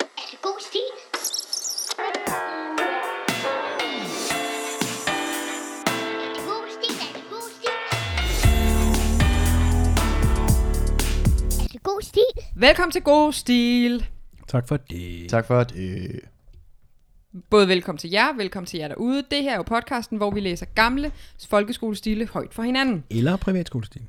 God stil. Er det god stil? Er det god stil? Er det god stil? Velkommen til God Stil. Tak for det. Tak for at... Øh, Både velkommen til jer, velkommen til jer derude. Det her er jo podcasten, hvor vi læser gamle folkeskolestile højt for hinanden. Eller privatskolestil.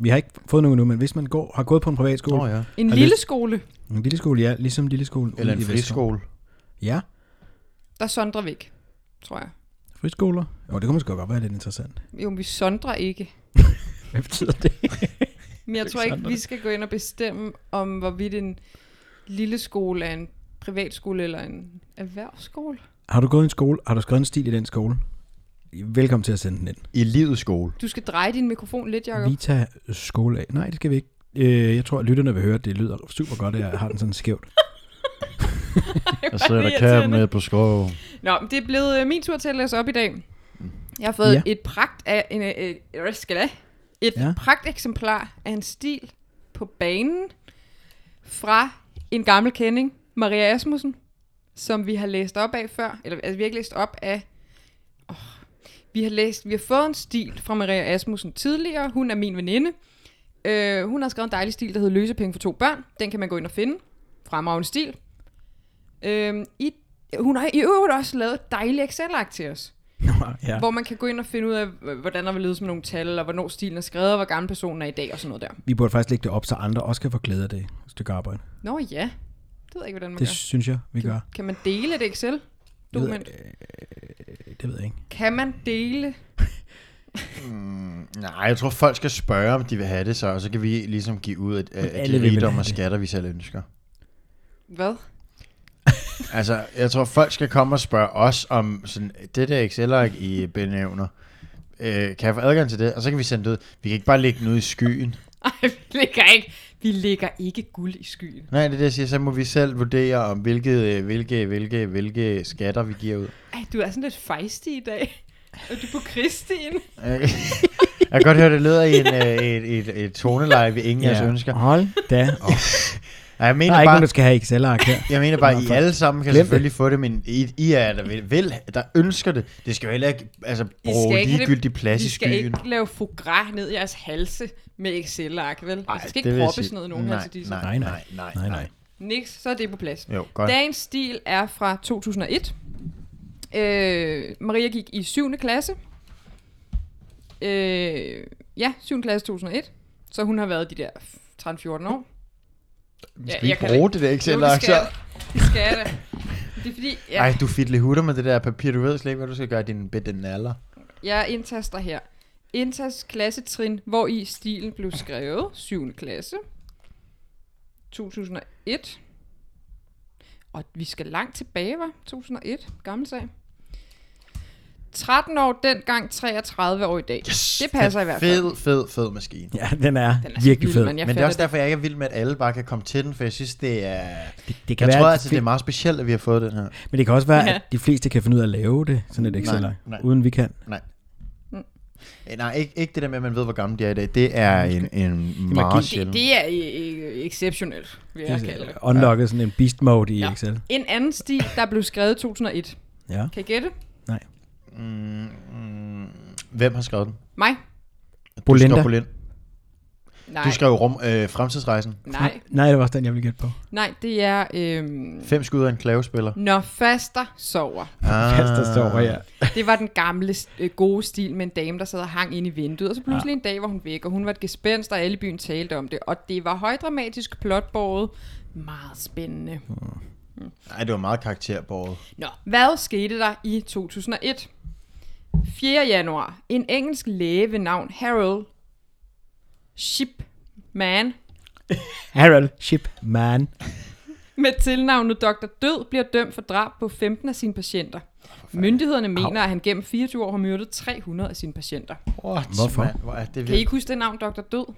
Vi har ikke fået nogen nu, men hvis man går, har gået på en privatskole, Nå ja. En Har lille lyst- skole, en lille skole, ja, ligesom en lille skole. Eller en ude i Vesterå. friskole. Ja, der sondrer vi ikke, tror jeg. friskoler. Jo, det kunne måske godt være lidt interessant. Jo, vi sondrer ikke. Hvad betyder det? Men jeg tror ikke, vi skal gå ind og bestemme, om hvorvidt en lille skole er en privatskole eller en erhvervsskole. har du gået i en skole? Har du skrevet en stil i den skole? Velkommen til at sende den ind. I livets skole. Du skal dreje din mikrofon lidt, Jacob. Vi tager skole af. Nej, det skal vi ikke. Øh, jeg tror, at lytterne vil høre, at det lyder super godt, at jeg har den sådan skævt. Jeg det irriterende. på skov. Nå, men det er blevet øh, min tur til at læse op i dag. Jeg har fået ja. Ja. et pragt af en, øh, øh, hvad skal jeg? et ja. Ja. pragt eksemplar af en stil på banen fra en gammel kending, Maria Asmussen, som vi har læst op af før, eller altså, vi har ikke læst op af. Oh, vi har læst, vi har fået en stil fra Maria Asmussen tidligere. Hun er min veninde. Øh, hun har skrevet en dejlig stil, der hedder Løsepenge for to børn. Den kan man gå ind og finde. Fremragende stil. Øh, i, hun har i øvrigt også lavet et dejligt Excel-ark til os, Nå, ja. ja. hvor man kan gå ind og finde ud af, h- hvordan der vil ledes med nogle tal, og hvornår stilen er skrevet, og hvor gammel personen er i dag, og sådan noget der. Vi burde faktisk lægge det op, så andre også kan få glæde af det stykke arbejde. Nå ja, det ved jeg ikke, hvordan man Det gør. synes jeg, vi gør. Kan man dele et Det ved, Excel-dokument? Det ved jeg ikke. Kan man dele? Mm, Nej, jeg tror, folk skal spørge, om de vil have det så, og så kan vi ligesom give ud et, af alle de vil vel rigdom have og det. skatter, vi selv ønsker. Hvad? Altså, jeg tror, folk skal komme og spørge os om sådan, det der Excel-ark, I benævner. Øh, kan jeg få adgang til det? Og så kan vi sende det ud. Vi kan ikke bare lægge den ud i skyen. Ej, vi ligger ikke, vi ligger ikke guld i skyen. Nej, det er det, jeg siger. Så må vi selv vurdere, om hvilke, øh, hvilke, hvilke, hvilke skatter vi giver ud. Ej, du er sådan lidt fejstig i dag. Og du er på Kristin. Øh, jeg kan godt høre, det leder i en, øh, et, et, et toneleje, vi ingen af os ønsker. Hold da. Oh, Nej, jeg der mener er ikke bare, nogen, der skal have Excel-ark her. jeg mener bare, Nå, I for- alle sammen kan Glem det. selvfølgelig få det, men I, I er der vil, vil, der ønsker det. Det skal jo heller ikke altså, bruge have det- ligegyldig plads I i skal skyen. ikke lave fougras ned i jeres halse med Excel-ark, vel? Ej, Ej, altså, det skal det vil ikke jeg proppes sige. ned i nogen Nej, altså, de nej. Nej, nej. nej, nej, nej. Niks, så er det på plads. Jo, godt. Dagens stil er fra 2001. Øh, Maria gik i 7. klasse. Øh, ja, 7. klasse 2001. Så hun har været de der 13-14 år. Ja, Skal vi ikke bruge det der Jo, Excel det ark skal så? jeg. Det skal jeg da. Det er fordi, Ej, jeg, du fiddle hutter med det der papir. Du ved slet ikke, hvad du skal gøre i din bedte naller. jeg indtaster her. Indtast klassetrin, hvor i stilen blev skrevet. 7. klasse. 2001. Og vi skal langt tilbage, var 2001. Gammel sag. 13 år dengang, 33 år i dag. Yes, det passer i hvert fald. Fed, fed, fed maskine. Ja, den er, Den er så virkelig vild, fed. men jeg Men det er også fatter derfor, jeg ikke er vild med, at alle bare kan komme til den, for jeg synes, det er... Det, det kan Jeg være, tror at altså, det er meget specielt, at vi har fået den her. Men det kan også være, Ja. at de fleste kan finde ud af at lave det, sådan et excel ark nej. uden vi kan. Mm. Eh, Nej, ikke, ikke det der med, at man ved, hvor gammel de er i dag. Det er en, en meget det, sjældent. det er øh, øh, exceptionelt, vil jeg kalde det. Unlocket sådan en beast mode i Ja. Excel. En anden stil, der blev skrevet i 2001. Ja. Kan I gætte? Nej. Hvem har skrevet den? Mig? Du Bolinda. skrev, Bolin. Nej. du skrev rum, øh, Fremtidsrejsen. Nej, Nej, det var også den, jeg ville gætte på. nej, det er... Øhm, Fem skud af en klavespiller. Når faster sover. Ah, Fast der står ja. Det var den gamle øh, gode stil med en dame, der sad og hang inde i vinduet. Og så pludselig ja. en dag var hun væk, og hun var et gespenst, og alle i byen talte om det. Og det var højdramatisk plotbåret. Meget spændende. Ej, det var meget karakterbåret. Nå, hvad skete der i 2001? 4. januar. En engelsk læge ved navn Harold Shipman Harold Shipman. med tilnavnet Dr. Død bliver dømt for drab på 15 af sine patienter. Myndighederne mener, at han gennem 24 år har myrdet 300 af sine patienter. What, Hvorfor? mand? Hvor er det Kan I vildt. ikke huske det navn, Dr. Død?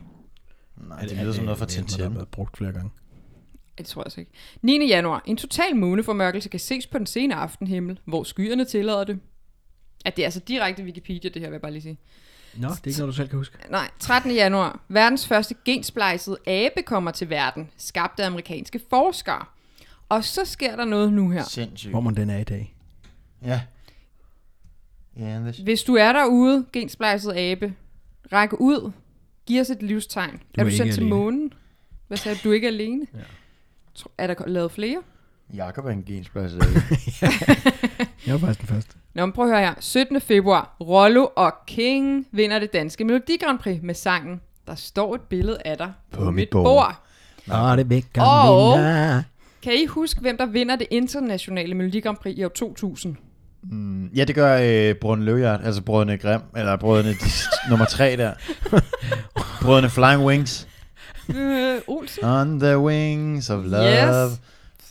Nej, det lyder som noget fra Det er noget, Tintin. der har været brugt flere gange. Det tror jeg altså ikke. 9. januar. En total måneformørkelse kan ses på den sene aftenhimmel, hvor skyerne tillader det. At det er altså direkte Wikipedia, det her, vil jeg bare lige sige. Nå, det er ikke noget, du selv kan huske. Nej, 13. januar. Verdens første gensplejsede abe kommer til verden, skabt af amerikanske forskere. Og så sker der noget nu her. Sindssygt. Hvor man den er i dag. Ja. Ja, det Hvis du er derude, gensplejset abe, ræk ud, giv os et livstegn. Du er, er du sendt ikke til alene. månen? Hvad sagde du? Du er ikke alene? Ja. Er der lavet flere? Jakob er en gensplads. øh. Jeg var faktisk den første. Nå, men prøv at høre her. 17. februar, Rollo og King vinder det danske Melodi Grand Prix med sangen Der står et billede af dig på, mit mit bord." bord. Åh, det væk, Og- vinder. Kan I huske, hvem der vinder det internationale Melodi Grand Prix i år 2000? ja, det gør øh, Brødrene Løvjert, altså Brødrene Grim, eller Brødrene de- nummer tre der. Brødrene Flying Wings. øh, Olsen? On the wings of love. Yes.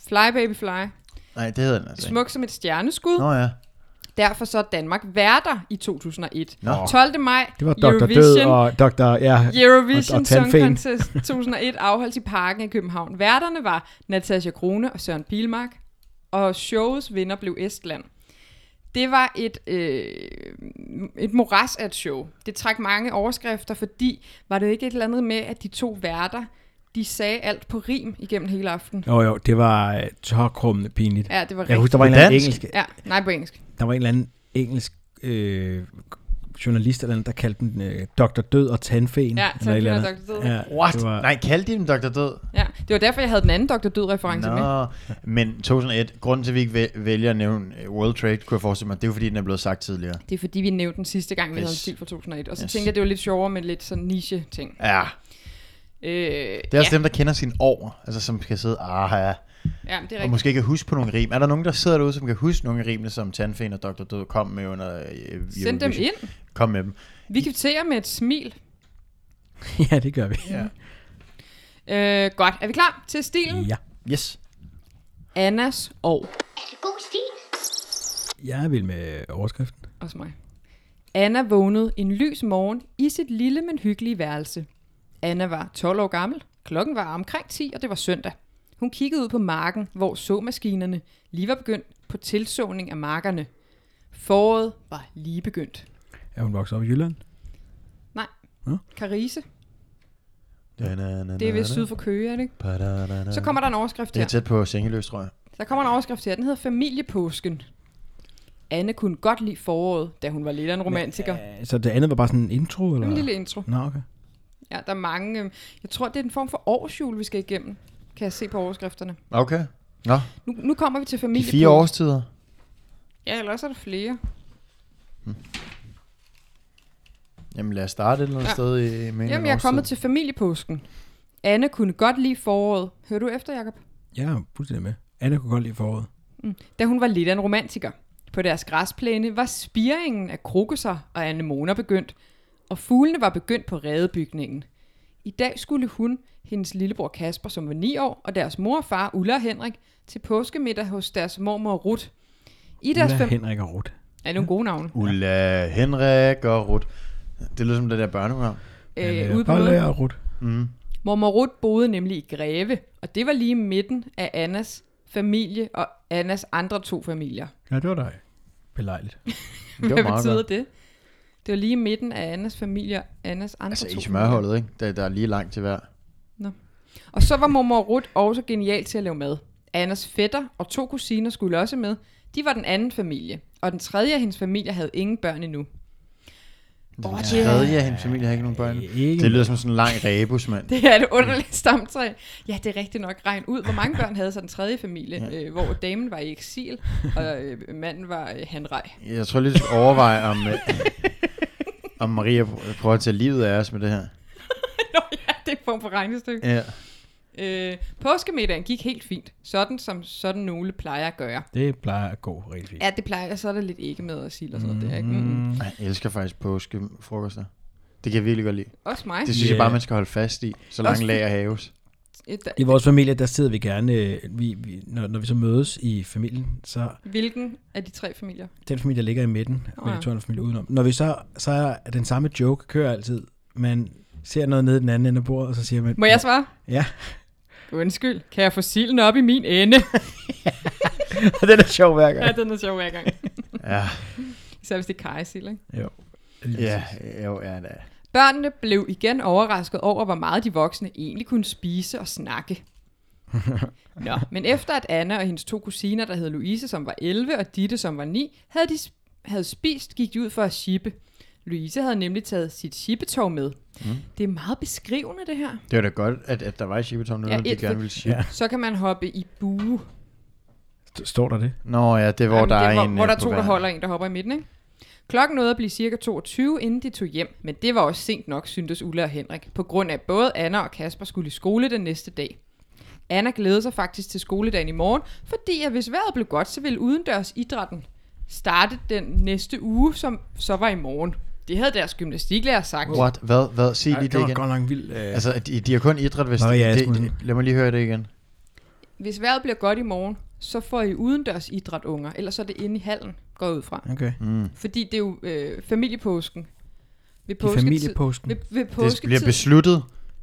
Fly Baby Fly. Nej, det hedder den altså ikke. Smuk som et stjerneskud. Nå ja. Derfor så er Danmark værter i 2001. Nå. 12. maj, Det var Dr. Død og Dr. Ja, Eurovision og- Song og tandfen. Contest 2001 afholdt i Parken i København. Værterne var Natasja Krone og Søren Pilmark, og showets vinder blev Estland. Det var et, øh, et moras af et show. Det trak mange overskrifter, fordi var det jo ikke et eller andet med, at de to værter, de sagde alt på rim igennem hele aftenen. Jo, jo, det var øh, tårkrummende pinligt. Ja, det var Jeg rigtigt. husker, der var en På eller anden dansk? engelsk, Ja, nej på engelsk. der var en eller anden engelsk øh, journalist, eller andet, der kaldte den øh, Dr. Død og Tandfen. Ja, eller et eller Tandfen og Dr. andet. Død. Ja, What? Det var, Nej, kaldte de dem Dr. Død? Ja, det var derfor, jeg havde den anden Dr. Død-reference med. Nå, men 2001, grunden til, at vi ikke væ- vælger at nævne øh, World Trade, kunne jeg forestille mig, det er jo fordi, den er blevet sagt tidligere. Det er fordi, vi nævnte den sidste gang, vi yes. havde en Yes. stil fra 2001. Og så yes. Yes. tænkte jeg, det var lidt sjovere med lidt sådan niche-ting. Ja, Øh, det det er også ja. dem, der kender sine år, altså som kan sidde, ah ja, Ja, men det er og rigtigt. måske kan huske på nogle rim. Er der nogen, der sidder derude, som kan huske nogle af rimene, som Tandfen og Dr. Død kom med under øh, Send dem Eurovision? ind. Kom med dem. Vi kvitterer med et smil. ja, det gør vi. Ja. Øh, godt, er vi klar til stilen? ja. Yes. Mm. Annas år. Jeg vil med overskriften. Også mig. Anna vågnede en lys morgen i sit lille, men hyggelige værelse. Anna var 12 år gammel, klokken var omkring 10, og det var søndag. Hun kiggede ud på marken, hvor såmaskinerne lige var begyndt på tilsåning af markerne. Foråret var lige begyndt. Er hun vokset op i Jylland? Nej. Nå. Karise, det Det er vist syd for Køge, er det ikke? Så kommer der en overskrift Det her. er tæt på sengeløs, tror jeg. Der kommer en overskrift her, den hedder Familiepåsken. Anne kunne godt lide foråret, da hun var lidt af en romantiker. Det Ja, Så det andet var bare sådan en intro? Eller? var en lille intro. Nå, okay. Ja, der er mange... øhm, Jeg tror, det er en form for årsjul, vi skal igennem. Kan jeg se på overskrifterne. Okay. Nå, Nu, nu kommer vi til de familiepåsken. fire årstider. Ja, eller også er der flere. Jamen lad os starte et eller andet Ja. ja. sted i med Jamen, en jeg er årstid. kommet til familiepåsken. Anne kunne godt lide foråret. Hører du efter, Jacob? Jeg er fuldstændig med. Anna kunne godt lide foråret. Da hun var lidt af en romantiker. På deres græsplæne var spiringen af krokusser og anemoner begyndt, og fuglene var begyndt på redebygningen. I dag skulle hun, hendes lillebror Kasper, som var 9 år, og deres mor og far, Ulla og Henrik, til påskemiddag hos deres mormor Ruth. I deres Ulla, fem... Øh, Henrik og Ruth. Er nogle gode navne? Ulla, Henrik og Rut. Det lyder som det der børneprogram. Øh, Anna ude på Bolle mødet. og Ruth. Mormor Ruth boede nemlig i Greve, og det var lige i midten af Annas familie og Annas andre to familier. Ja, det var dig. Belejligt. Det var Hvad meget betyder godt. det? Det var lige i midten af Annas familie og Annas andre Altså to i familier. smørholdet, ikke? Der, der er lige langt til hver. Og så var mormor Ruth også genial til at lave mad. Annas fætter og to kusiner skulle også med. De var den anden familie, og den tredje af hendes familie havde ingen børn endnu. Åh, oh, det, er- Tredje af hendes familie har ikke nogen børn. Ikke Det lyder som sådan en lang rebus, mand. det er et underligt stamtræ. Ja, det er rigtigt nok. Regn ud, hvor mange børn havde så den tredje familie, ja. øh, hvor damen var i eksil, og øh, manden var øh, hanrej. Jeg tror lige, du skal overveje, om, øh, om Maria pr- prøver at tage livet af os med det her. Nå ja, det er en form for regnestykke. Ja. Øh, påskemiddagen gik helt fint, sådan som sådan nogle plejer at gøre. Det plejer at gå rigtig fint. Ja, det plejer, så er der lidt ikke med og sild og sådan noget der, ikke? Mm. Ej, Jeg elsker faktisk påskefrokoster. Det kan jeg virkelig godt lide. Også mig. Det synes yeah. jeg Ja. bare, man skal holde fast i, så lange Også- lager haves. Øh, der- I vores familie, der sidder vi gerne, øh, vi, vi, når, når vi så mødes i familien, så Hvilken af de tre familier? den familie, der ligger i midten, Nå og ja. de to andre familier udenom. Når vi så, så er den samme joke, kører altid. Man ser noget nede i den anden ende af bordet, og så siger man... Må jeg svare? Ja, Undskyld, kan jeg få silden op i min ende? den er sjov hver ja, gang. den er sjov hver gang. Ja, Især hvis det er kajsild, ikke? Jo. ja, jo, ja, da. Børnene blev igen overrasket over, hvor meget de voksne egentlig kunne spise og snakke. Nå, men efter at Anna og hendes to kusiner, der hed Louise, som var 11, og Ditte, som var 9, havde, de, sp- havde spist, gik de ud for at shippe. Louise havde nemlig taget sit shippetog med. Mm. Det er meget beskrivende, det her. Det var da godt, at, at der var i Shibeton, når Ja, ja, de et- gerne ville sige. Ja. Så kan man hoppe i bue. St- Står der det? Nå ja, det er, hvor Jamen, der det, er hvor, en... Hvor øh, der er på to, der hver. holder en, der hopper i midten, ikke? Klokken nåede at blive cirka 22, inden de tog hjem, men det var også sent nok, syntes Ulla og Henrik, på grund af at både Anna og Kasper skulle i skole den næste dag. Anna glædede sig faktisk til skoledagen i morgen, fordi at hvis vejret blev godt, så ville udendørs idrætten starte den næste uge, som så var i morgen. Det havde deres gymnastiklærer sagt. What? Hvad? Hvad? Sig Ej, lige det det var igen. godt nok vildt. Øh, Altså, de, de har kun idræt, hvis... Maria det, Asmussen. det, lad mig lige høre det igen. Hvis vejret bliver godt i morgen, så får I udendørs idræt, unger, ellers så er det inde i hallen, går jeg ud fra. okay. Mm. Fordi det er jo øh, familiepåsken. Ved I påsketid- familieposten. Ved, ved Det påsketid. bliver besluttet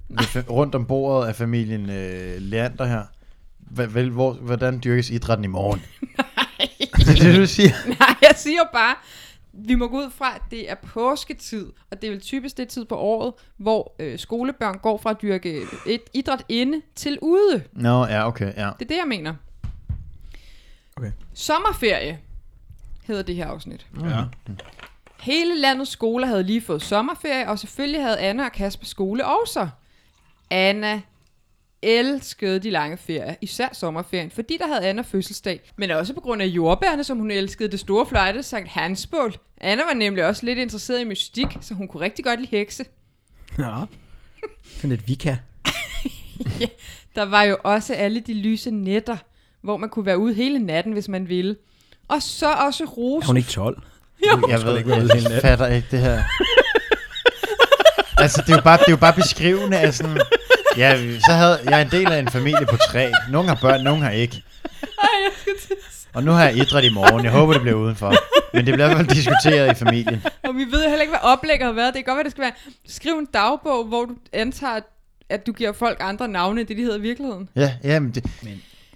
ved fa- rundt om bordet af familien øh, Leander her. Hva- vel, hvor, hvordan dyrkes idrætten i morgen? det er det, du siger. Nej, jeg siger bare, vi må gå ud fra, at det er påsketid, og det er vel typisk det tid på året, hvor øh, skolebørn går fra at dyrke et idræt inde til ude. Nå, ja, okay, ja. Det er det, jeg mener. Okay. Mm. Sommerferie hedder det her afsnit. Ja. Hele landets skoler havde lige fået sommerferie, og selvfølgelig havde Anna og Kasper skole også. Anna elskede de lange ferier, især sommerferien, fordi der havde Anna fødselsdag, men også på grund af jordbærne, som hun elskede det store fløjte Sankt Hansbål. Anna var nemlig også lidt interesseret i mystik, så hun kunne rigtig godt lide hekse. ja. Sådan lidt vika. Der var jo også alle de lyse nætter, hvor man kunne være ude hele natten, hvis man ville. Og så også Er rosen. hun ikke 12? Jeg tror ved ikke, ikke, hvad det hele er. jeg fatter ikke det her. altså, det er, jo bare, det er jo bare beskrivende af sådan... Ja, så havde, jeg er en del af en familie på tre. Nogle har børn, nogle har ikke. Og nu har jeg idræt i morgen. Jeg håber, det bliver udenfor. Men det bliver i hvert fald diskuteret i familien. Og vi ved heller ikke, hvad oplægget har været. Det kan godt være, det skal være, skriv en dagbog, hvor du antager, at- at du giver folk andre navne, end det de hedder i virkeligheden. Ja, ja men det,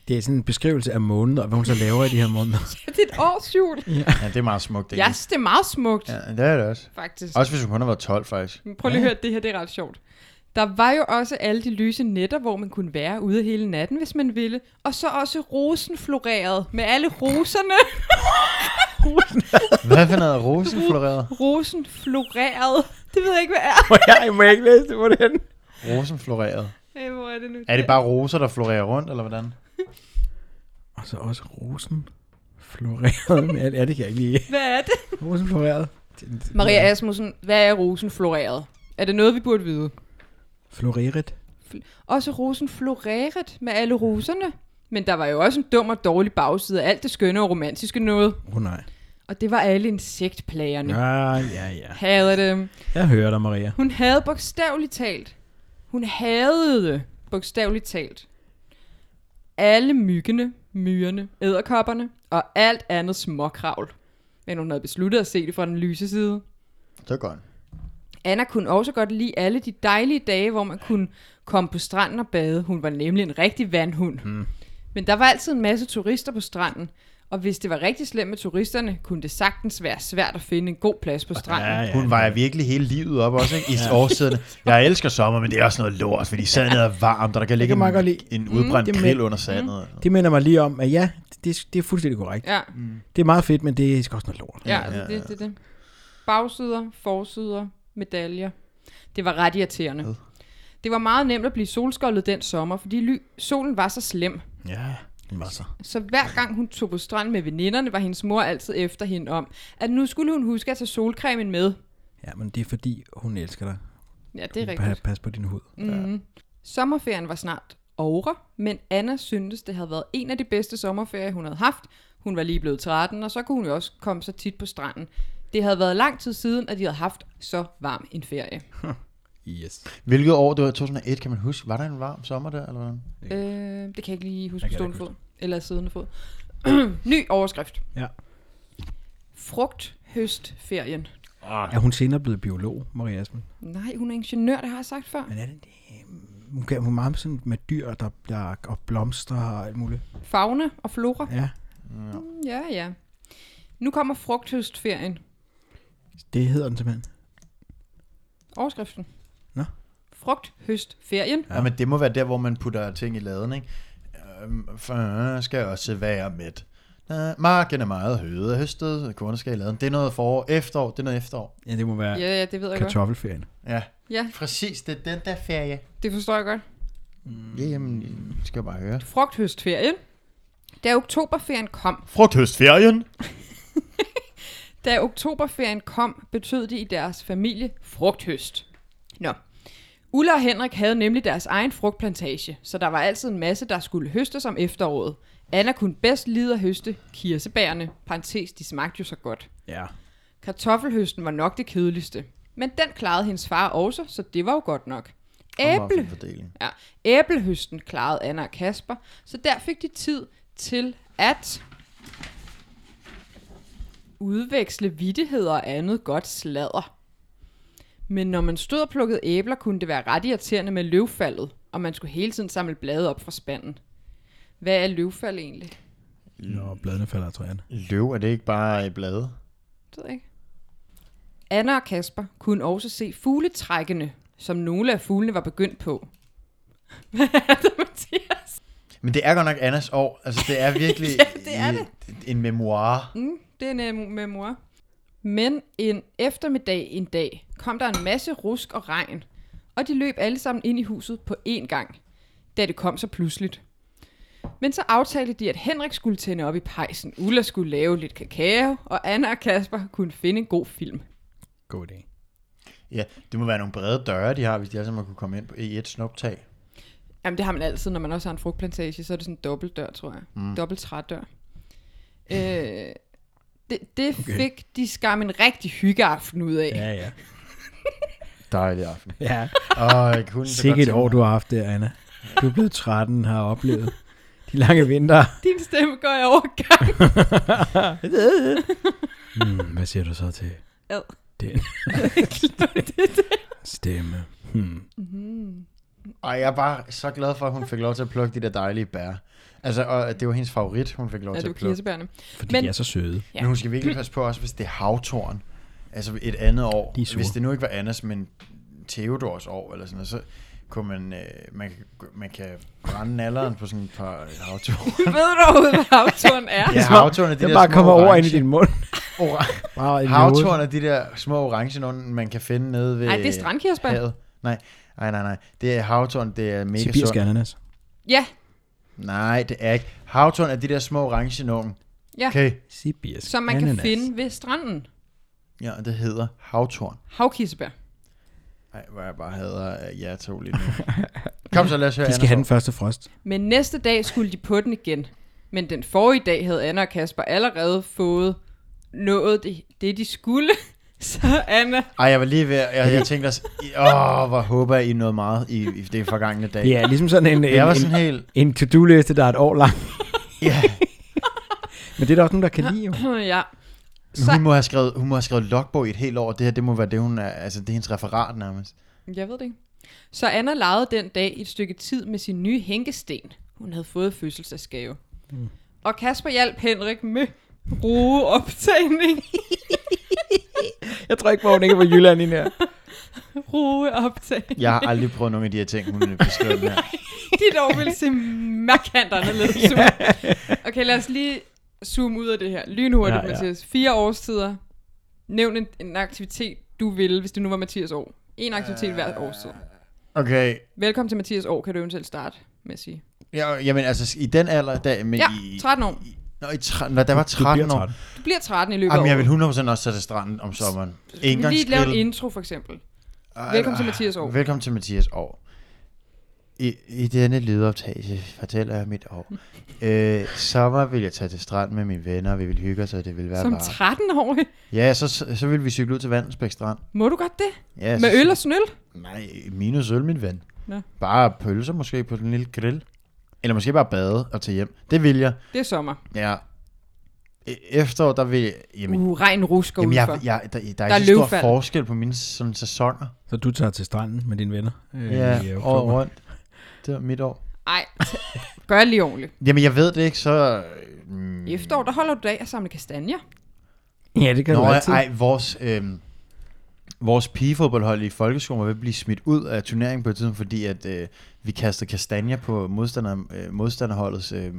Det er sådan en beskrivelse af måneder, og hvad hun så laver i de her måneder. Det er et årsjul. ja, det er meget smukt. Det, Jeg synes, det er meget smukt, ja. ja, det er det også. faktisk. Også hvis hun kun har været 12, faktisk. Men Prøv lige at høre, det her det er ret sjovt. Der var jo også alle de lyse nætter, hvor man kunne være ude hele natten, hvis man ville. Og så også rosen florerede med alle roserne. Hvad for noget rosen florerede? Rosen florerede. Det ved jeg ikke, hvad er. jeg må ikke læse det på den. Rosen florerede. Ej, Hvor er det nu? Er det bare roser, der florerer rundt, eller hvordan? Og så også rosen floreret med alt. Ja, det kan jeg ikke lide. Hvad er det? Rosen floreret. Det- det- Maria Asmussen, hvad er rosen floreret? Er det noget, vi burde vide? Floreret. Også rosen floreret med alle roserne. Men der var jo også en dum og dårlig bagside af alt det skønne og romantiske noget. Åh oh, nej. Og det var alle insektplagerne. Ja. Ja, ja, ja. Hader dem. Jeg hører dig, Maria. Hun havde bogstaveligt talt. Hun hadede det, bogstaveligt talt. Alle myggene, myrerne, æderkopperne og alt andet småkravl. Men hun havde besluttet at se det fra den lyse side. Så godt. Anna kunne også godt lide alle de dejlige dage, hvor man kunne komme på stranden og bade. Hun var nemlig en rigtig vandhund. Mm. Men der var altid en masse turister på stranden, og hvis det var rigtig slemt med turisterne, kunne det sagtens være svært at finde en god plads på stranden. Ja, ja. Hun vejer virkelig hele livet op også, ikke? I ja. årsiderne. Jeg elsker sommer, men det er også noget lort, fordi sandet er varmt, og der kan ligge kan man godt en, lide. Mm, en udbrændt Det er grill med- under sandet. altså. Det minder mig lige om, at ja, det, det er fuldstændig korrekt. ja. Det er meget fedt, men det er sgu også noget lort. Mm. Ja, altså, det er det, det. Bagsider, forsider, medaljer. Det var ret irriterende. Hvad? Det var meget nemt at blive solskoldet den sommer, fordi ly- solen var så slem. Ja, masser. Så hver gang hun tog på strand med veninderne, var hendes mor altid efter hende om, at nu skulle hun huske at tage solcremen med. Ja, men det er fordi, hun elsker dig. Ja, det er Pa- rigtigt. pas på din hud. Mm. Sommerferien var snart over, men Anna syntes, det havde været en af de bedste sommerferier, hun havde haft. Hun var lige blevet 13, og så kunne hun jo også komme så tit på stranden. Det havde været lang tid siden, at de havde haft så varm en ferie. Yes. Hvilket år, det var 2001, kan man huske. Var der en varm sommer der, eller hvordan? Øh, det kan jeg ikke lige huske Jeg på kan stående ikke fod. Eller siddende fod. Ny overskrift. Ja. Frugt høstferien. Er hun senere blevet biolog, Maria Asmen? Nej, hun er ingeniør, det har jeg sagt før. Men er det det? Mm, Hun kan hun er meget sådan med dyr, der, der og blomster og alt muligt. Fauna og flora. Ja, Ja, ja. Nu kommer frugthøstferien. det hedder den simpelthen. Overskriften. Nå. Frugthøstferien. Ja. men det må være der, hvor man putter ting i laden, ikke? øhm, for- skal også være med. Marken er meget høde og høstet, kornet skal i laden. Det er noget forår, efterår, det er noget efterår. Ja, det må være Ja, ja, det ved jeg godt. kartoffelferien. Ja, Ja, præcis, det er den der ferie. det forstår jeg godt. Ja, Mm. jamen, det skal jeg bare høre. Frugthøstferien. Da oktoberferien kom, Frugthøstferien. Da oktoberferien kom, betød det i deres familie frugthøst. Nå. Ulla og Henrik havde nemlig deres egen frugtplantage, så der var altid en masse, der skulle høstes om efteråret. Anna kunne bedst lide at høste kirsebærne. Parentes, de smagte jo så godt. Ja. Kartoffelhøsten var nok det kedeligste. Men den klarede hendes far også, så det var jo godt nok. Æble, Fordeling. ja, æblehøsten klarede Anna og Kasper, så der fik de tid til at udveksle vittigheder og andet godt sladder. Men når man stod og plukkede æbler, kunne det være ret irriterende med løvfaldet, og man skulle hele tiden samle blade op fra spanden. Hvad er løvfald egentlig? Når bladene falder af træerne. Løv, er det ikke bare et blad? Det ved jeg ikke. Anna og Kasper kunne også se fugletrækkene, som nogle af fuglene var begyndt på. Hvad er det, Mathias? Men det er godt nok Annas år. Altså, det er virkelig Ja, det er det. en memoir. Mm, det er en øh, memoir. Men en eftermiddag en dag kom der en masse rusk og regn, og de løb alle sammen ind i huset på én gang, da det kom så pludseligt. Men så aftalte de, at Henrik skulle tænde op i pejsen, Ulla skulle lave lidt kakao, og Anna og Kasper kunne finde en god film. God idé. Ja, det må være nogle brede døre, de har, hvis de alle sammen kunne komme ind på- i et snuptag. Jamen, det har man altid, når man også har en frugtplantage, så er det sådan en dobbeltdør, tror jeg. Mm. Dobbelt trædør. Øh, det det okay. Okay. fik de skam en rigtig hyggeaften ud af. Ja, ja. Dejlig aften. ja. Og jeg kunne så Sikke godt et tænke år, mig- du har haft det, Anna. Du er blevet 13, har oplevet de lange vinter. Din stemme går jeg over gang. Hmm, hvad siger du så til Ad. den stemme? Hmm. Og jeg er bare så glad for, at hun fik lov til at plukke de der dejlige bær. Altså, og at det var hendes favorit, hun fik lov Ja, det til var at plukke. kirsebærne. Fordi Men- Men... de er så søde. Ja. Ja. Men hun skal virkelig passe på også, hvis det er havtorn. Altså et andet år. De er sure. hvis det nu ikke var Annas, men Theodors år, eller sådan noget, så kunne man, øh, man, kan, man kan brænde nalderen på sådan et par havtorn. Ved du overhovedet, hvad havturen er? Ja, havtorn er de Den der bare små kommer orange. over ind i din mund. Ora- Bare ind i Havtorn er de der små orange nogen, man kan finde nede ved Nej, det er strandkirsebær. havet. Nej, nej, nej, nej. Det er havtorn, det er mega sundt. Sibirsk ananas. Ja, Nej, det er ikke. Havtorn er de der små orange nogen. Ja. Okay. Sibirsk som man ananas. kan finde ved stranden. Ja, og det hedder havtorn. Havkirsebær. Nej, hvor jeg bare hader at jer to lige nu. Kom så, lad os høre De skal Anders have den Aas. første frost. Men næste dag skulle de på den igen. Men den forrige dag havde Anna og Kasper allerede fået nået det, det de skulle. Så Anna... Ej, jeg var lige ved, jeg, jeg tænkte også, I- åh, hvor håber jeg, I nåede meget i, i det forgangne dag. Ja, ligesom sådan en, en, Jeg var en, sådan helt, en to-do-liste, der er et år lang. ja, Men det er der også nogen, der kan lide jo. ja. men Så, hun må have skrevet, hun må have skrevet logbog i et helt år, og det her, det må være det, hun er, altså det er hendes referat nærmest. jeg ved det ikke. Så Anna legede den dag et stykke tid med sin nye hænkesten. Hun havde fået fødselsdagsgave. Mm. Og Kasper hjalp Henrik med roeoptagning. Jeg tror ikke, hvor hun ikke er på Jylland i her. roeoptagning. Jeg har aldrig prøvet nogen af de her ting, hun beskrev her. de dog ville se markant anderledes ud. Okay, lad os lige zoome ud af det her. Lynhurtigt, ja, Ja, ja. ja. Mathias. Fire årstider. Nævn en, en aktivitet, du ville, hvis det nu var Mathias år. En aktivitet hver årstid. Okay, Velkommen til Mathias år, kan du eventuelt starte med at sige. ja, jamen altså, i den alder, da, men Ja, i, 13 år. Nå, i tre, når der var 13 år, Du bliver 13 i løbet af Jamen, jeg vil året. 100% også tage til stranden om sommeren. Vi vil lige lave en Engangsgrill. intro, for eksempel. Velkommen til Mathias år. Velkommen til Mathias år. I, I denne lydoptagelse fortæller jeg mit år. øh, sommer vil jeg tage til strand med mine venner, vi vil hygge os, og det vil være Som varmt. 13-årig. Ja, så, så, så vil vi cykle ud til Vandensbæk Strand. Må du godt det? Ja, Med så, øl og snøl? Nej, minus øl, min ven. Nå. Bare pølser måske på den lille grill. Eller måske bare bade og tage hjem. Det vil jeg. Det er sommer. Ja. E- Efterår, der vil jeg... Jamen, Uh, regn rusker Jamen, jeg, udenfor. jeg, der, der, er Der er ikke så stor løvfald. forskel på mine sådan, sæsoner. Så du tager til stranden med dine venner? Øh, i, Ja, øh, året oktober. rundt. Det var mit år. Ej, gør lige ordentligt. Jamen, jeg ved det ikke, så... Mm, I efterår, der holder du dag og samler kastanjer. Ja, det kan Nå, du altid. ej, vores... Øhm, vores pigefodboldhold i folkeskolen var ved at blive smidt ud af turneringen på et tidspunkt, fordi at, øh, vi kastede kastanjer på modstander, øh, modstanderholdets øh,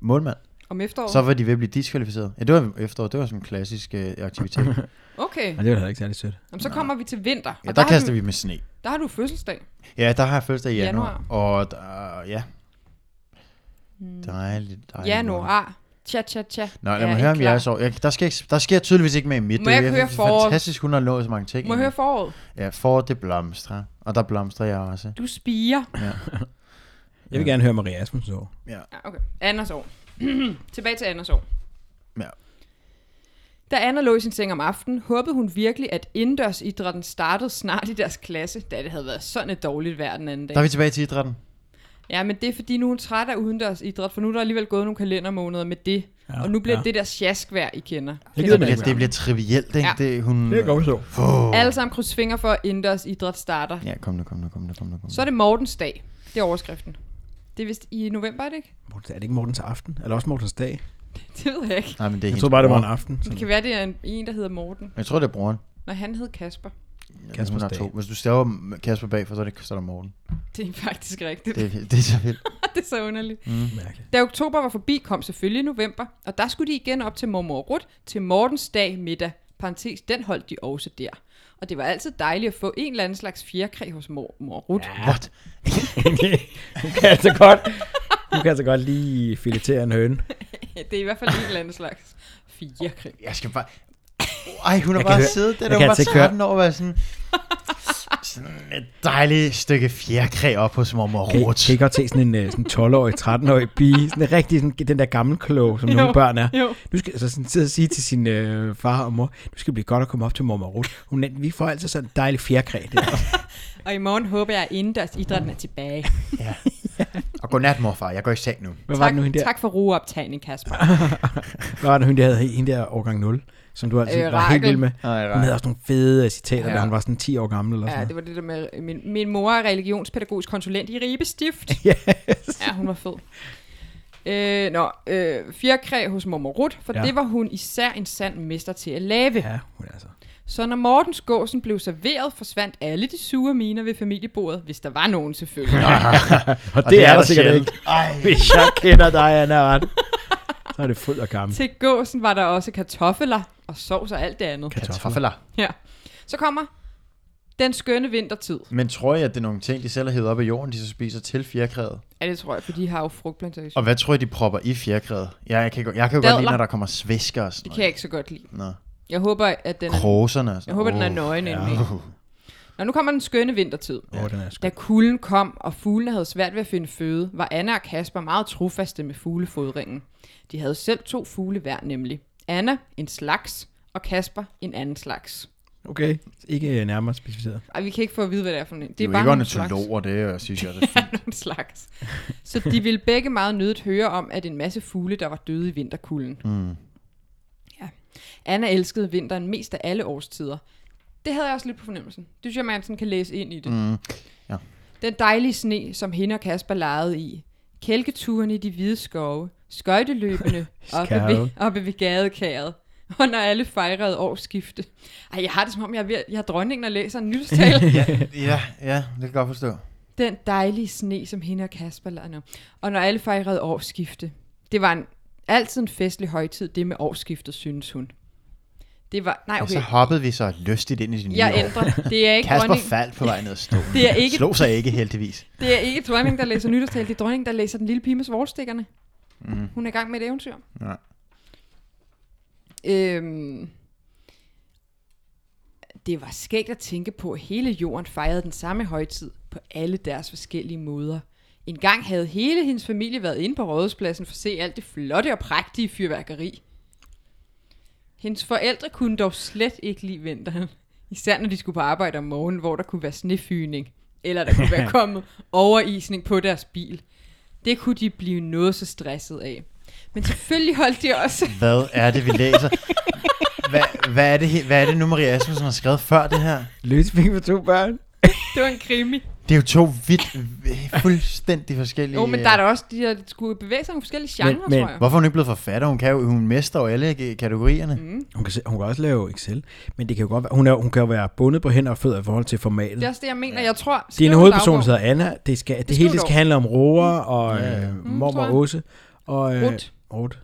målmand. Om efteråret? Så var de ved at blive diskvalificeret. Ja, det var efteråret. Det var sådan en klassisk øh, aktivitet. Okay, Og det var da ikke særlig sødt. Jamen, så kommer vi til vinter. Ja, der, der har du, kastede vi med sne. der har du fødselsdag. Ja, der har jeg fødselsdag i januar. Januar. januar. Og der, ja. Dejligt, dejligt. Mm. Januar. Tja, tja, tja. Nå, lad Jeg mig er høre, om ikke jeres klar. år. Jeg, der, sker, ikke- der sker tydeligvis ikke med i mit. Må Det er- jeg ikke høre det er foråret? Fantastisk, hun har lovet så mange ting. Må jeg høre foråret? Ja, for det blomstrer. Og der blomstrer jeg også. Du spiger. Jeg vil gerne høre Maria Asmussen år. Ja, okay. Anders år. Tilbage til Anders år. Ja. Da Anna lå i sin seng om aftenen, håbede hun virkelig, at indendørsidrætten startede snart i deres klasse, da det havde været sådan et dårligt vejr den anden dag. Der er vi tilbage til idrætten. Ja, men det er fordi, nu er hun træt af udendørsidræt, for nu er der alligevel gået nogle kalendermåneder med det. Ja, Ja, og nu bliver ja. ja. det der sjaskvejr, I kender. Det Det gider man bliver, ikke det bliver trivielt, ikke? Ja. Ja. Det, hun... Det er godt så. Åh. Alle sammen kryds fingre for, at indendørsidræt starter. Ja, kom nu, kom nu, kom nu, kom nu. Kom. nu. Så er det Mortens dag. Det er overskriften. Det er vist i november, er det ikke? Mortens- Er det ikke Mortens aften? Eller også Mortens dag? Det ved jeg ikke. Nej, men det er Jeg hendes troede bare, det var bror. en aften. Det Sådan. kan være, det er en, en der hedder Morten. Jeg tror, det er broren. Når han hed Kasper. Kasper Kaspers hun har dag. to. Hvis du staver Kasper bagfor, så er det, så er der Morten. Det er faktisk rigtigt. Det, Det, er- det er så vildt. det er så underligt. Mærkeligt. Da oktober var forbi, kom selvfølgelig november, og der skulle de igen op til mormor Rut til Mortens dag middag. Parentes, den holdt de også der. Og det var altid dejligt at få en eller anden slags fjerkræ hos mormor Rut. Ja. What? hun kan altså godt, hun kan altså godt lige filetere en høne. Det er i hvert fald en eller anden slags fjerkræ. Jeg skal bare... Ej, hun har Jeg kan bare høre- siddet der, jeg da kan hun var altså ikke høre- 13 år, og var sådan... Sådan et dejligt stykke fjerkræ op hos mormor Kan, I- Rot. kan I godt se sådan en øh, sådan 12-årig, 13-årig pige, sådan en rigtig sådan, den der gammel klog, som jo, nogle børn er. Jo. Du skal altså sådan sidde og sige til sin øh, far og mor, du skal blive godt at komme op til mormor Ruth. Hun er, vi får altid sådan en dejlig fjerkræ. Der. Og i morgen håber jeg, at indendørs idrætten er tilbage. Ja. Og godnat, morfar. Jeg går i seng nu. Hvad var Tak, det nu, hende der, tak for roeoptagning, Kasper. Hvad var det nu, hende der havde hende der årgang 0, som du altid Øh, øh, var helt Rachel. vild med? Ej, Hun havde også nogle fede øh, citater, ja. Ja. da hun var sådan 10 år gammel eller sådan Ja, noget. det var det der med, øh, min, min mor er religionspædagogisk konsulent i Ribe Stift. Yes. Ja, hun var fed. Øh, nå, øh, fjerkræ hos mormor Rut, for ja. Ja. det var hun især en sand mester til at lave. Ja. Ja, hun er altså. Så når Mortens gåsen blev serveret, forsvandt alle de sure miner ved familiebordet, hvis der var nogen selvfølgelig. Og, det, er der sikkert sjældent. ikke. Ej. Hvis jeg kender dig, Anna Ret, så er det fuld og gammel. til gåsen var der også kartoffeler og sovs og alt det andet. Kartofler. Ja. Så kommer den skønne vintertid. Men tror jeg, at det er nogle ting, de selv har hævet op af jorden, de så spiser til fjerkræet? Ja, det tror jeg, for de har jo frugtplantage. Og hvad tror jeg, de propper i fjerkræet? Ja, jeg kan, go- jeg kan jo godt Dadler. lide, når der kommer svisker og sådan Det kan jeg ikke så godt lide. noget. Jeg håber, at den Nå. er, Kroserne og sådan jeg håber, den er Åh. nøgen ja. indeni. Nå, nu kommer den skønne vintertid. Åh, den er sgu. Da kulden kom, og fuglene havde svært ved at finde føde, var Anna og Kasper meget trofaste med fuglefodringen. De havde selv to fugle hver nemlig. Anna en slags, og Kasper en anden slags. Okay, ikke øh, nærmere specificeret. Ej, vi kan ikke få at vide, hvad det er for en. Det Det er er jo bare ikke nogle slags. ornitologer, det er, synes jeg, det er fint. en slags. Så de ville begge meget nødigt høre om, at en masse fugle, der var døde i vinterkulden. Mm. Ja. Anna elskede vinteren mest af alle årstider. Det havde jeg også lidt på fornemmelsen. Det synes jeg, man sådan kan læse ind i det. Mm. Ja. Den dejlige sne, som hende og Kasper legede i. Kælketurene i de hvide skove. Skøjteløbene oppe ved, Skove. oppe ved gadekæret. Og når alle fejrede årsskifte. Ej, jeg har det som om, jeg er, ved, jeg er dronningen og læser en nyhedstale. ja, ja, ja, det kan jeg godt forstå. Den dejlige sne, som hende og Kasper lader nu. Og når alle fejrede årsskifte. Det var en, altid en festlig højtid, det med årsskiftet, synes hun. Det var... Nej, Okay. okay. Så hoppede vi så lystigt ind i sin nye Jeg år. ændrer. Det er ikke Altså, Kasper dronning, faldt på vej ned ad stolen. Det er ikke- Slog sig ikke, heldigvis. det er ikke dronning, der læser nytårstale. Det er dronning, der læser den lille pige med svorstikkerne. Mm. Hun er i gang med et eventyr. Ja. Øhm, det var skægt at tænke på, at hele jorden fejrede den samme højtid på alle deres forskellige måder. En gang havde hele hendes familie været inde på rådhuspladsen for at se alt det flotte og prægtige fyrværkeri. Hendes forældre kunne dog slet ikke lide vinteren. Især når de skulle på arbejde om morgenen, hvor der kunne være snefyning, eller der kunne være kommet overisning på deres bil. Det kunne de blive noget så stresset af. Men selvfølgelig holdt de også Hvad er det, vi læser? Hvad, hvad, er det, he- hvad er det nu, Maria Asmussen har skrevet før det her? Løsning for to børn. Det var en krimi. Det er jo to vidt, fuldstændig forskellige... øh, Jo, men der er da også de der, der skulle bevæge sig i nogle forskellige genrer, men- tror jeg. Hvorfor er hun ikke blevet forfatter? Hun, kan jo, hun mester jo alle ge- kategorierne. Mm. Hun kan, se- hun kan også lave Excel, men det kan jo godt være, hun, er, hun kan jo være bundet på hænder og fødder i forhold til formatet. Det er også det, jeg mener. Jeg tror, skriv Din en hovedperson dagbog. hedder Anna. Det, skal, det, Skriv hele det dog. skal handle om roer og Ja. øh, mormor tror jeg. og Åse. Og, øh, Ruth. Ruth.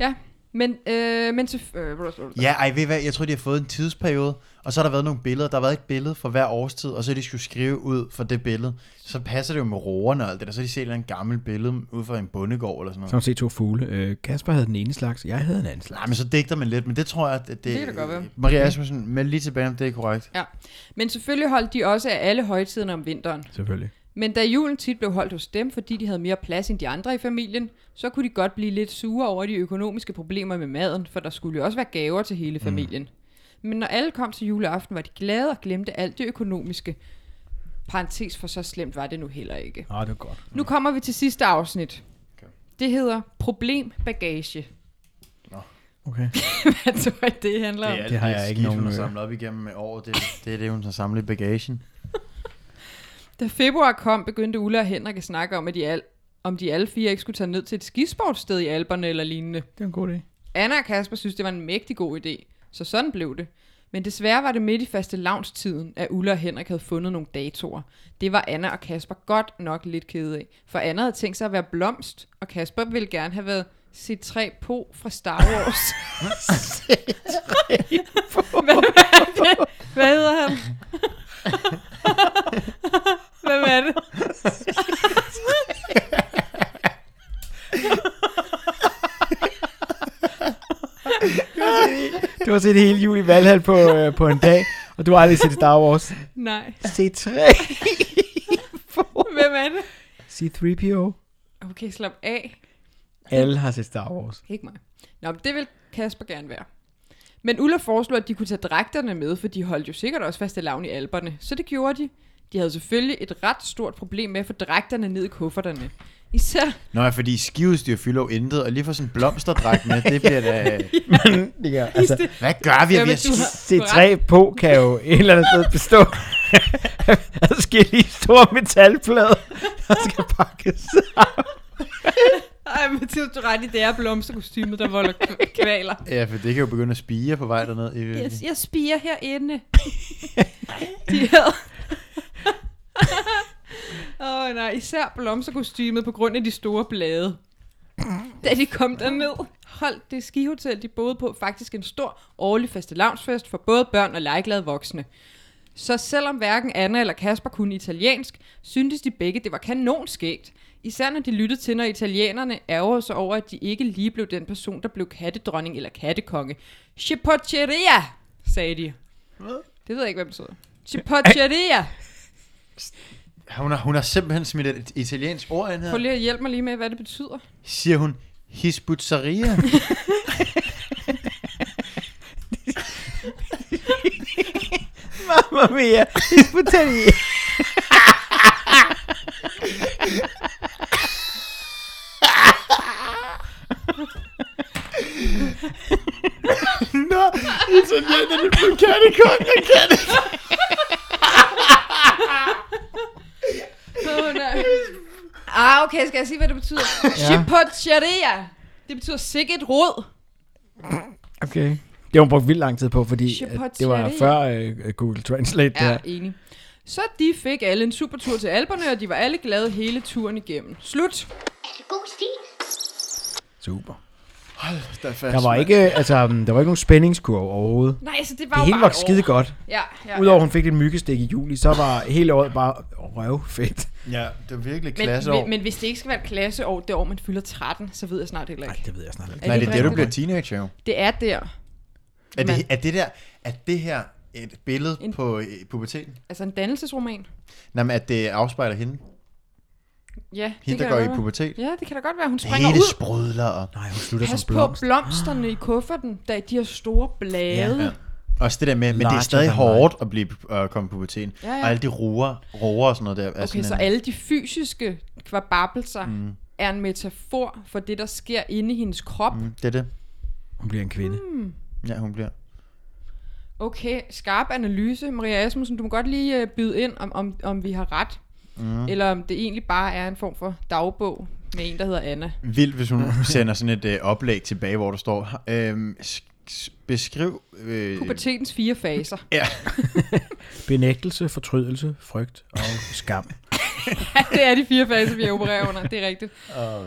Ja, men, øh, men til... Øh, Ja, ej, ved I hvad? Jeg tror, de har fået en tidsperiode, og så har der været nogle billeder. Der har været et billede for hver årstid, og så har de skulle skrive ud for det billede. Så passer det jo med roerne og alt det der. Så har de set et eller andet gammelt billede ud fra en bondegård eller sådan noget. Som se to fugle. Øh, Kasper havde den ene slags, jeg havde en anden slags. Nej, men så digter man lidt, men det tror jeg, at det... Det kan det godt være. Mm. Maria Asmussen, men lige tilbage om det er korrekt. Ja. Men selvfølgelig holdt de også af alle højtiderne om vinteren. Selvfølgelig. Men da julen tit blev holdt hos dem, fordi de havde mere plads end de andre i familien, så kunne de godt blive lidt sure over de økonomiske problemer med maden, for der skulle jo også være gaver til hele familien. Mm. Men når alle kom til juleaften, var de glade og glemte alt det økonomiske. Parentes for så slemt var det nu heller ikke. Åh, det var godt. Nu kommer vi til sidste afsnit. Det hedder Problembagage. Okay. Hvad tror I, det handler om? alt Det har jeg ikke skidt, nogen hun har øre. samlet op igennem året. Det, det er det, hun har samlet i bagagen. Da februar kom, begyndte Ulla og Henrik at snakke om, at de al- om de alle fire ikke skulle tage ned til et skisportssted i Alperne eller lignende. Det var en god idé. Anna og Kasper synes, det var en mægtig god idé, så sådan blev det. Men desværre var det midt i faste lavnstiden, at Ulla og Henrik havde fundet nogle datoer. Det var Anna og Kasper godt nok lidt kede af, for Anna havde tænkt sig at være blomst, og Kasper ville gerne have været C3 på fra Star Wars. C3 Hvad, hvad, er det? hvad hedder han? Hvem er det? Du har set hele jul i Valhall på, øh, på en dag, og du har aldrig set Star Wars. Nej. C3. Hvem er det? C3PO. Okay, slap af. Alle har set Star Wars. Ikke mig. Nå, men det vil Kasper gerne være. Men Ulla foreslog, at de kunne tage dragterne med, for de holdt jo sikkert også fast i lavn i alberne. Så det gjorde de. De havde selvfølgelig et ret stort problem med at få dragterne ned i kufferterne. Især, Nå ja, fordi skiudstyr fylder jo intet, og lige for sådan en blomsterdragt med, det bliver da... det gør, altså, Hvad gør vi? Ja, Ja, men vi har du ski- har- C3 på kan jo et eller andet sted bestå af forskellige store metalplader, der skal pakkes. ej, Mathilde, du har ret i, det er blomsterkostymet, der volder k- kvaler. Ja, for det kan jo begynde at spire på vej derned. I, Jeg, jeg spiger herinde. de havde... Åh oh, nej, især blomsterkostymet på grund af de store blade. Da de kom derned, holdt det skihotel, de boede på, faktisk en stor årlig fastelavnsfest for både børn og legeglade voksne. Så selvom hverken Anna eller Kasper kunne italiensk, syntes de begge, det var kanonskægt. Især når de lyttede til, når italienerne ærgerede sig over, at de ikke lige blev den person, der blev kattedronning eller kattekonge. Chipotcheria, sagde de. Det ved jeg ikke, hvad det betyder. Chipotcheria. Hun, har, hun har simpelthen smidt et italiensk ord ind Prøv her. lige at hjælpe mig lige med, hvad det betyder. Siger hun, hisputzeria? Mamma mia, sputani. Nå, italienerne blev kattekongen og katte. Åh, nej. Ah, okay, skal jeg sige, hvad det betyder? Chipotcheria. Det betyder sikkert rod. Okay. Det har hun brugt vildt lang tid på, fordi Je at det var potier. før øh, Google Translate. Ja, Ja. enig. Så de fik alle en supertur til Alperne, og de var alle glade hele turen igennem. Slut. Super. Hold da fast. Der var, ikke, øh, altså, mm, der var ikke nogen spændingskurve overhovedet. Nej, altså det var Det jo hele bare var et år. skide godt. Ja, ja. Udover at hun fik det myggestik i juli, så var hele året bare røvfedt. Ja, det var virkelig men, klasseår. men, men, hvis det ikke skal være et klasseår, det år, man fylder 13, så ved jeg snart heller Nej, ikke. det ved jeg snart ikke. Er Nej, det er det, du rigtigt? bliver teenager jo. Det er der. Er Men- det, er det der, er det her et billede En- på øh, puberteten? Altså en dannelsesroman. Nej, men at det afspejler hende. Ja, Hende, det der kan går da i godt være. pubertet. Ja, det kan da godt være, hun Det springer hele ud. sprudler og... Nej, hun slutter Pas som på blomst. blomsterne i kufferten, da de har store blade. Ja. Også det der med, men det er Larger stadig than hårdt at blive at komme på puberteten. Ja, ja. Og alle de roer, roer og sådan noget der. er Okay, sådan så en- alle de fysiske kvababelser mm. er en metafor for det, der sker inde i hendes krop. Mm. Mm, Det er det. Hun bliver en kvinde. Ja, hun bliver. Okay, skarp analyse. Maria Asmussen, du må godt lige øh, byde ind, om, om, om vi har ret. Mm. Eller om det egentlig bare er en form for dagbog med en, der hedder Anna. Vildt, hvis hun sender sådan et øh, oplæg tilbage, hvor der står, øh, beskriv... Øh, Pubertetens fire faser. ja. Benægtelse, fortrydelse, frygt og skam. det er de fire faser, vi opererer under. Det er rigtigt.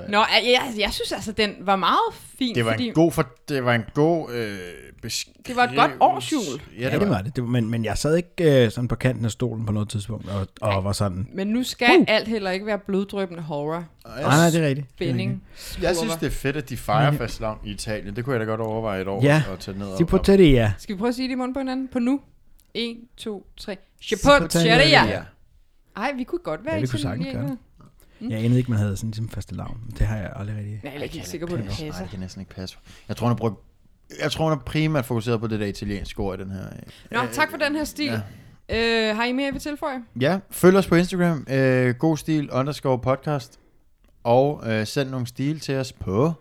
Nå, jeg, jeg, jeg synes altså, den var meget fin. Det var fordi en god, for, det var en god øh, beskrivelse. Det var et godt årsjul. Ja, Ja, det var det. det var, men, men jeg sad ikke øh, sådan på kanten af stolen på noget tidspunkt og, og var sådan... Men nu skal uh. alt heller ikke være bloddrøbende horror. Jeg, "Ah, Nej, nej, det er rigtigt. Det er Spænding. jeg synes, det er fedt, at de fejrer fastlavn i Italien. Det kunne jeg da godt overveje et år Ja, at tage ned rigtigt. De og... potatia. Skal vi prøve at sige det i munden på hinanden? På nu. 1, 2, 3. Ja. Chapoteria. Ej, vi kunne godt være Ja, i vi kunne sagtens gøre det. Jeg anede ikke, man havde sådan ligesom faste lavn. Det har jeg aldrig rigtig... Nej, jeg er ikke helt sikker på, at det Nej, passer. det kan næsten ikke passe. Jeg tror, hun har brugt... Jeg tror, hun har primært fokuseret på det der italienske ord i den her... øh. Nå, tak for den her stil. Øh, har I mere, jeg vil tilføje? Ja, følg os på Instagram. Øh, god stil, underscore podcast. Og øh, send nogle stil til os på...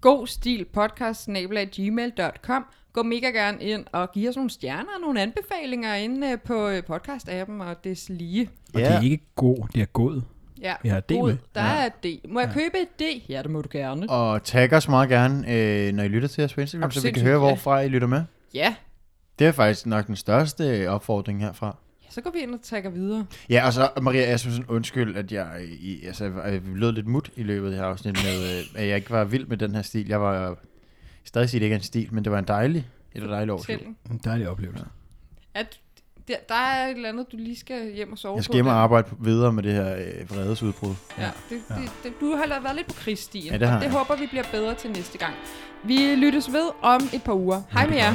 God stil podcast gmail.com. Gå mega gerne ind og giv os nogle stjerner og nogle anbefalinger inde øh, på øh, podcast-appen og des lige. Og det er ikke god, det er god. Ja, Vi har et D med. God, Der er et D. Må jeg købe et D? Ja, det må du gerne. Og tag os meget gerne, øh, når I lytter til os på Instagram, så vi kan sindssygt, høre, ja. hvorfra I lytter med. Ja, Det er faktisk nok den største øh, opfordring herfra. så går vi ind og trækker videre. Ja, og så Maria Asmussen, undskyld, at jeg, i, altså, jeg lød lidt mut i løbet af det her afsnit, med, øh, at jeg ikke var vild med den her stil. Jeg var stadig sige, det ikke er en stil, men det var en dejlig, et dejligt år. Til. En dejlig oplevelse. At der, der er et eller andet, du lige skal hjem og sove Jeg skal på. hjem og arbejde videre med det her øh, vredesudbrud. Ja, det, det, det, du har allerede været lidt på krigsstien, Ja, det har og det jeg. håber vi bliver bedre til næste gang. Vi lyttes ved om et par uger. Hej med jer.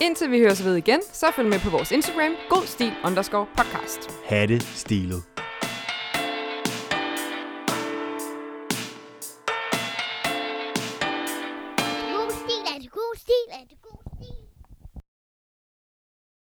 Indtil vi høres ved igen, så følg med på vores Instagram, godstil underscore podcast. Hatte stilet.